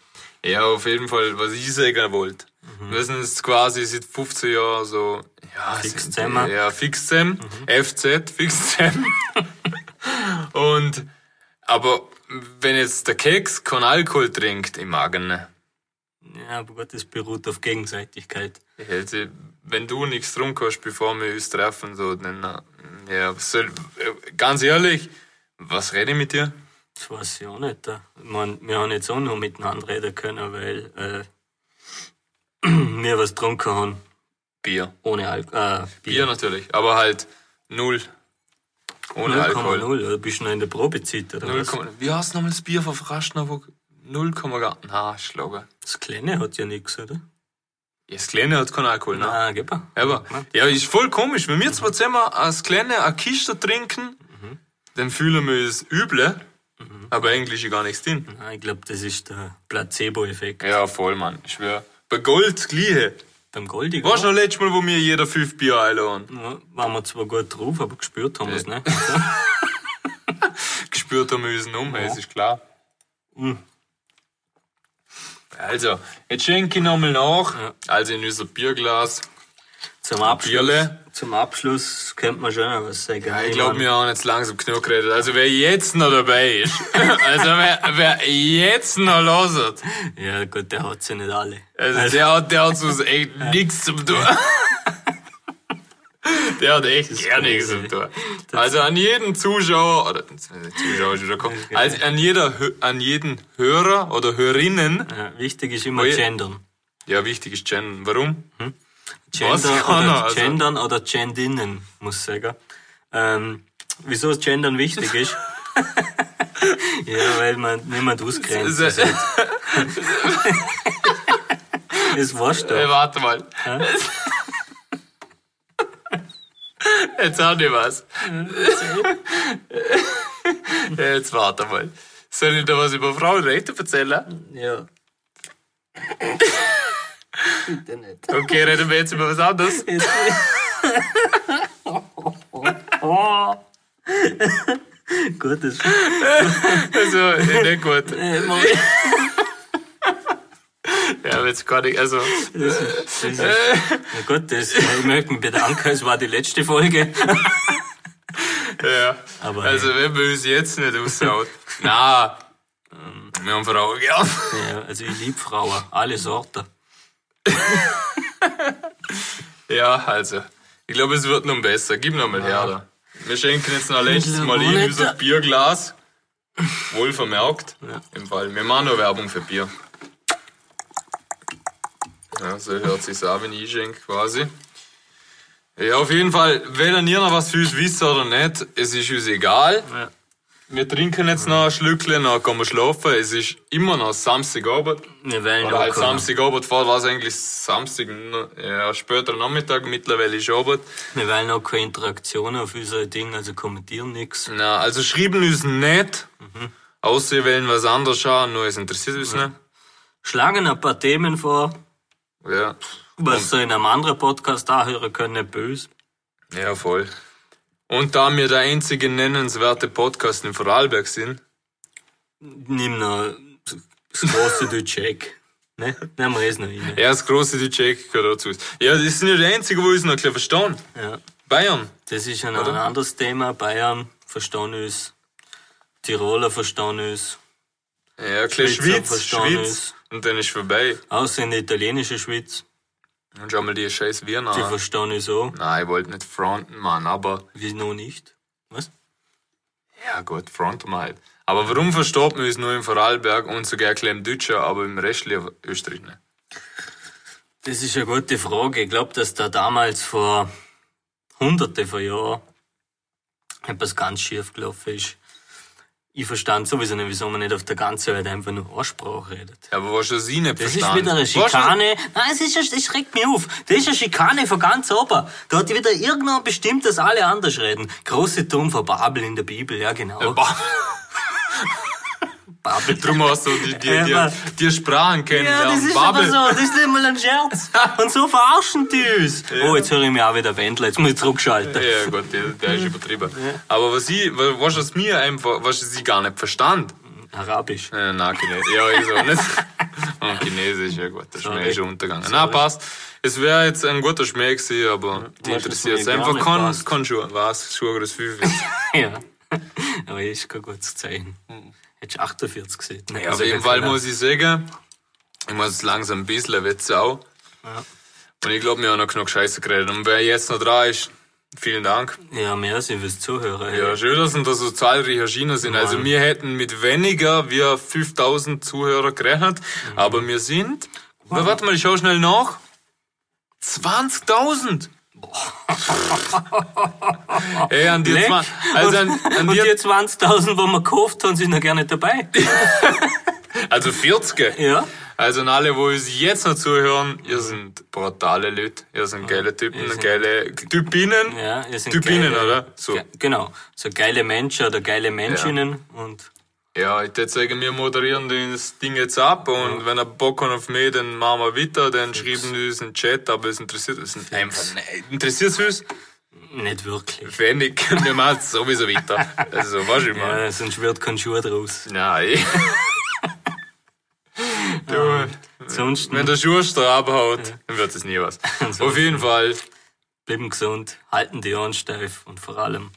Speaker 2: Ja, auf jeden Fall, was ich sagen wollte.
Speaker 1: Mhm.
Speaker 2: Wir sind jetzt quasi seit 15 Jahren so, ja,
Speaker 1: Fix
Speaker 2: sind-
Speaker 1: zusammen. Mhm.
Speaker 2: Ja, fix zusammen. FZ, fix zusammen. Und, aber wenn jetzt der Keks keinen Alkohol trinkt, im Magen, ne?
Speaker 1: Ja, aber gut, das beruht auf Gegenseitigkeit.
Speaker 2: Ich hätte, wenn du nichts getrunken hast, bevor wir uns treffen, so, dann, äh, ja, was soll, äh, ganz ehrlich, was rede ich mit dir?
Speaker 1: Das weiß ich auch nicht. da. Ich mein, wir haben jetzt auch noch miteinander reden können, weil äh, wir was getrunken haben.
Speaker 2: Bier.
Speaker 1: Ohne Alk äh,
Speaker 2: Bier
Speaker 1: Bier.
Speaker 2: natürlich, aber halt null. Ohne Alkohol.
Speaker 1: 0,0. oder Bist du noch in der Probezeit oder
Speaker 2: Null
Speaker 1: was?
Speaker 2: Komma- Wie heißt nochmal das Bier von Fraschner? 0,8. Na, Schlager.
Speaker 1: Das Kleine hat ja nichts, oder?
Speaker 2: Ja, das Kleine hat keinen Alkohol, ne?
Speaker 1: Ah, gell?
Speaker 2: Aber, ja, ist voll komisch. Wenn wir zwei zusammen als Kleine eine Kiste trinken, dann fühlen wir das Üble, aber eigentlich ist gar nichts drin.
Speaker 1: Nein, ich glaube, das ist der Placebo-Effekt.
Speaker 2: Ja, voll, Mann. Ich schwör. Bei Gold gleiche.
Speaker 1: Beim Goldig
Speaker 2: Warst du noch letztes Mal, wo mir jeder fünf Bier einladen?
Speaker 1: ja, waren wir zwar gut drauf, aber gespürt haben wir es nicht.
Speaker 2: Gespürt haben wir unseren um, es ist klar. Mhm. Also, jetzt schenke ich nochmal nach. Also in unser Bierglas.
Speaker 1: Zum Abschluss,
Speaker 2: Bierle.
Speaker 1: zum Abschluss könnte man schon noch was sagen.
Speaker 2: Ich glaube, wir haben jetzt langsam genug geredet. Also wer jetzt noch dabei ist, also wer, wer jetzt noch loset,
Speaker 1: Ja, gut, der hat sie nicht alle.
Speaker 2: also, der hat, der hat so echt nichts zum tun. Der hat echt gar nichts zum tun. Also an jeden Zuschauer, oder Zuschauer ist wieder gekommen, also an jeder, Hö- an jeden Hörer oder Hörerinnen,
Speaker 1: Ja, Äh, wichtig ist immer
Speaker 2: Weil-
Speaker 1: gendern.
Speaker 2: ja wichtig ist Jen, warum? Was
Speaker 1: Gender
Speaker 2: kann
Speaker 1: oder
Speaker 2: er, also?
Speaker 1: gendern oder gendinnen, muss ich sagen. Ähm, wieso das Gendern wichtig ist? ja, weil man niemand ausgrenzt.
Speaker 2: Se-
Speaker 1: Das war's
Speaker 2: Äh,
Speaker 1: doch.
Speaker 2: warte mal. Jetzt hab ich was. Äh, Jetzt warte mal. Soll ich da was über Frauenrechte erzählen?
Speaker 1: Ja. Bitte nicht.
Speaker 2: Okay, reden wir jetzt über was anderes.
Speaker 1: Gut, das
Speaker 2: Also, äh, nicht gut. Ja, aber jetzt gar nicht. Also,
Speaker 1: Das ist, na gut, das, ich möchte mich bedanken, es war die letzte Folge.
Speaker 2: ja.
Speaker 1: Aber
Speaker 2: Also, wenn wir uns jetzt nicht aussaut. Na, wir haben Frauen gern.
Speaker 1: ja, also ich liebe Frauen, alle Sorten.
Speaker 2: Ja, also. Ich glaube, es wird nun besser. Gib noch mal her. Da. Wir schenken jetzt noch letztes Mal in unser Bierglas. Wohl vermerkt. Im Fall. Wir machen noch Werbung für Bier. Ja, so hört sich's an, wenn ich schenke, quasi. Ja, auf jeden Fall, weder ihr noch was für uns wisst oder nicht, es ist uns egal.
Speaker 1: Ja.
Speaker 2: Wir trinken jetzt noch ein Schlückchen, dann gehen wir schlafen. Es ist immer noch Samstagabend.
Speaker 1: Wir wollen
Speaker 2: Oder
Speaker 1: auch
Speaker 2: halt
Speaker 1: kommen.
Speaker 2: Samstagabend, vorher war es eigentlich Samstag, ja, später Nachmittag, mittlerweile ist Abend.
Speaker 1: Wir wollen auch keine Interaktion auf unser Ding, also kommentieren nichts.
Speaker 2: Na, also schrieben uns nicht, außer ihr wollt was anderes schauen, nur es interessiert uns
Speaker 1: Schlagen ein paar Themen vor,
Speaker 2: nicht. Ja.
Speaker 1: was ihr in einem anderen Podcast anhören könnt, nicht böse.
Speaker 2: ja, voll. Und da wir der einzige nennenswerte Podcast in Vorarlberg sind,
Speaker 1: Nimm noch das große du Check. Ne? Nehmen wir es noch rein.
Speaker 2: er das große DJ gehört dazu. Ja, das sind ja die einzigen, wo ich es noch ein bisschen verstehen.
Speaker 1: Ja.
Speaker 2: Bayern.
Speaker 1: Das ist ja noch ein
Speaker 2: Oder?
Speaker 1: anderes Thema. Bayern verstehen uns. Tiroler verstehen uns.
Speaker 2: Ja, ein bisschen
Speaker 1: Schweizer
Speaker 2: Schweiz,
Speaker 1: verstehen
Speaker 2: Schweiz. Und dann ist vorbei.
Speaker 1: Außer in der italienischen Schweiz.
Speaker 2: Und schau mal die scheiß Wiener
Speaker 1: Die
Speaker 2: an.
Speaker 1: verstehen uns auch.
Speaker 2: Nein, ich wollte nicht fronten, Mann, aber
Speaker 1: Wie noch nicht. Was?
Speaker 2: Ja gut, fronten wir halt. Aber warum versteht man uns nur im Vorarlberg und sogar klein Deutscher, aber im restlichen Österreich nicht?
Speaker 1: Das ist eine gute Frage. Ich glaube, dass da damals vor hunderte von Jahren etwas ganz schief gelaufen ist. Ich verstand sowieso nicht, wieso man nicht auf der ganzen Welt einfach nur Aussprache redet.
Speaker 2: Ja, aber was schon sie nicht
Speaker 1: Das
Speaker 2: verstanden.
Speaker 1: ist wieder eine
Speaker 2: Weißt du, was-
Speaker 1: Schikane. Nein, es ist, eine- das schreckt mich auf. Das ist eine Schikane von ganz oben. Da hat wieder irgendwann bestimmt, dass alle anders reden. Große Turm von Babel in der Bibel, ja genau.
Speaker 2: Bah,
Speaker 1: Babel.
Speaker 2: Drum hast du die, die,
Speaker 1: Aber-
Speaker 2: die, die Sprachen
Speaker 1: Ja,
Speaker 2: kennengelernt.
Speaker 1: das ist
Speaker 2: Babel.
Speaker 1: aber so, das ist nicht mal ein Scherz. Und so verarschen die uns. Oh, jetzt höre ich mich auch wieder Wendler, jetzt muss ich zurückschalten.
Speaker 2: Ja gut, der, der ist übertrieben. Aber was ich, wa- was es mir einfach, was ich sie gar nicht verstand.
Speaker 1: Arabisch.
Speaker 2: Äh, nein, Chinesisch. Ja, ich so nicht. Und Chinesisch, ja gut, das ist mir
Speaker 1: Sorry.
Speaker 2: eh schon untergegangen. Na passt. Es wäre jetzt ein guter Schmäh gewesen, aber die
Speaker 1: was, was mir
Speaker 2: interessiert es
Speaker 1: gar
Speaker 2: einfach.
Speaker 1: nicht
Speaker 2: Kann,
Speaker 1: passt.
Speaker 2: kann schon, was, schon das Fünfe.
Speaker 1: Ja. Aber ist kein gutes Zeichen. Hättest du 48 gesehen. Nein,
Speaker 2: Hm. Ja, auf
Speaker 1: also
Speaker 2: jeden
Speaker 1: gar
Speaker 2: Fall
Speaker 1: keiner.
Speaker 2: muss ich sagen, ich muss es langsam ein bisschen wetzen auch.
Speaker 1: Ja.
Speaker 2: Und ich glaube, wir haben noch genug Scheiße geredet. Und wer jetzt noch dran ist, vielen Dank.
Speaker 1: Ja, merci fürs Zuhören.
Speaker 2: Ja, schön, dass wir da so zahlreiche China sind. Also wir hätten mit weniger wie 5000 Zuhörer gerechnet,
Speaker 1: Mhm.
Speaker 2: aber wir sind, Na, warte mal, ich schau schnell nach, 20.000! Ey, an dir
Speaker 1: Leck.
Speaker 2: zwei, also an, an
Speaker 1: Und die
Speaker 2: dir,
Speaker 1: 20.000, die wir gekauft haben, sind noch gar nicht dabei.
Speaker 2: also 40.
Speaker 1: Ja. Mhm.
Speaker 2: Also an alle, wo uns jetzt noch zuhören, ihr sind brutale Leute, ihr sind geile Typen,
Speaker 1: sind-
Speaker 2: geile Typinnen.
Speaker 1: Ja, ihr sind
Speaker 2: Typinnen,
Speaker 1: geile-
Speaker 2: oder? So.
Speaker 1: Ge genau. So geile Menschen oder geile Menschinnen. Und
Speaker 2: Ja, ich würde sagen, wir moderieren das Ding jetzt ab und wenn ihr Bock habt auf mich, dann machen wir weiter, dann schreiben wir uns in den Chat, aber es interessiert uns einfach nicht. Interessiert es uns?
Speaker 1: nicht wirklich.
Speaker 2: Wenn nicht, wir machen es sowieso weiter. Also, weißt du, ich meine.
Speaker 1: Ja, sonst wird kein Schuh draus.
Speaker 2: Nein. du,
Speaker 1: Sonst
Speaker 2: wenn der Schuster abhaut, dann wird es nie was. Auf jeden Fall.
Speaker 1: bleiben gesund, halten die Ohren steif und vor allem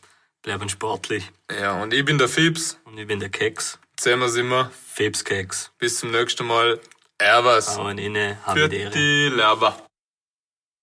Speaker 1: bleiben sportlich.
Speaker 2: Ja, und ich bin der Fips.
Speaker 1: Und ich bin der Keks.
Speaker 2: Zusammen sind wir.
Speaker 1: Febskeks.
Speaker 2: Bis zum nächsten Mal. Erwas.
Speaker 1: Aber inne haben
Speaker 2: Für
Speaker 1: die Ehre.
Speaker 2: die Laber.